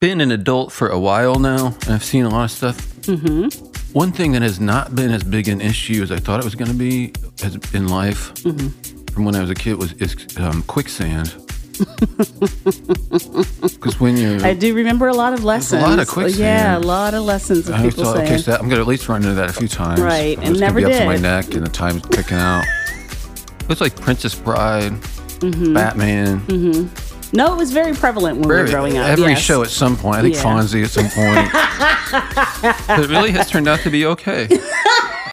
been an adult for a while now, and I've seen a lot of stuff. Mm-hmm. One thing that has not been as big an issue as I thought it was going to be as, in life Mm-hmm. from when I was a kid was is um, quicksand. Because when you're, I do remember a lot of lessons. lot of Yeah, a quicksand. lot of lessons of I always people thought, okay, saying. so that- I'm gonna at least run into that a few times. Right, I'm and just gonna never be up to my did. neck, and the time's ticking out. It's like Princess Bride, Mm-hmm. Batman. no, it was very prevalent when we Very- were growing up. every yes. show at some point. I think Yeah. Fonzie at some point. but it really has turned out to be okay.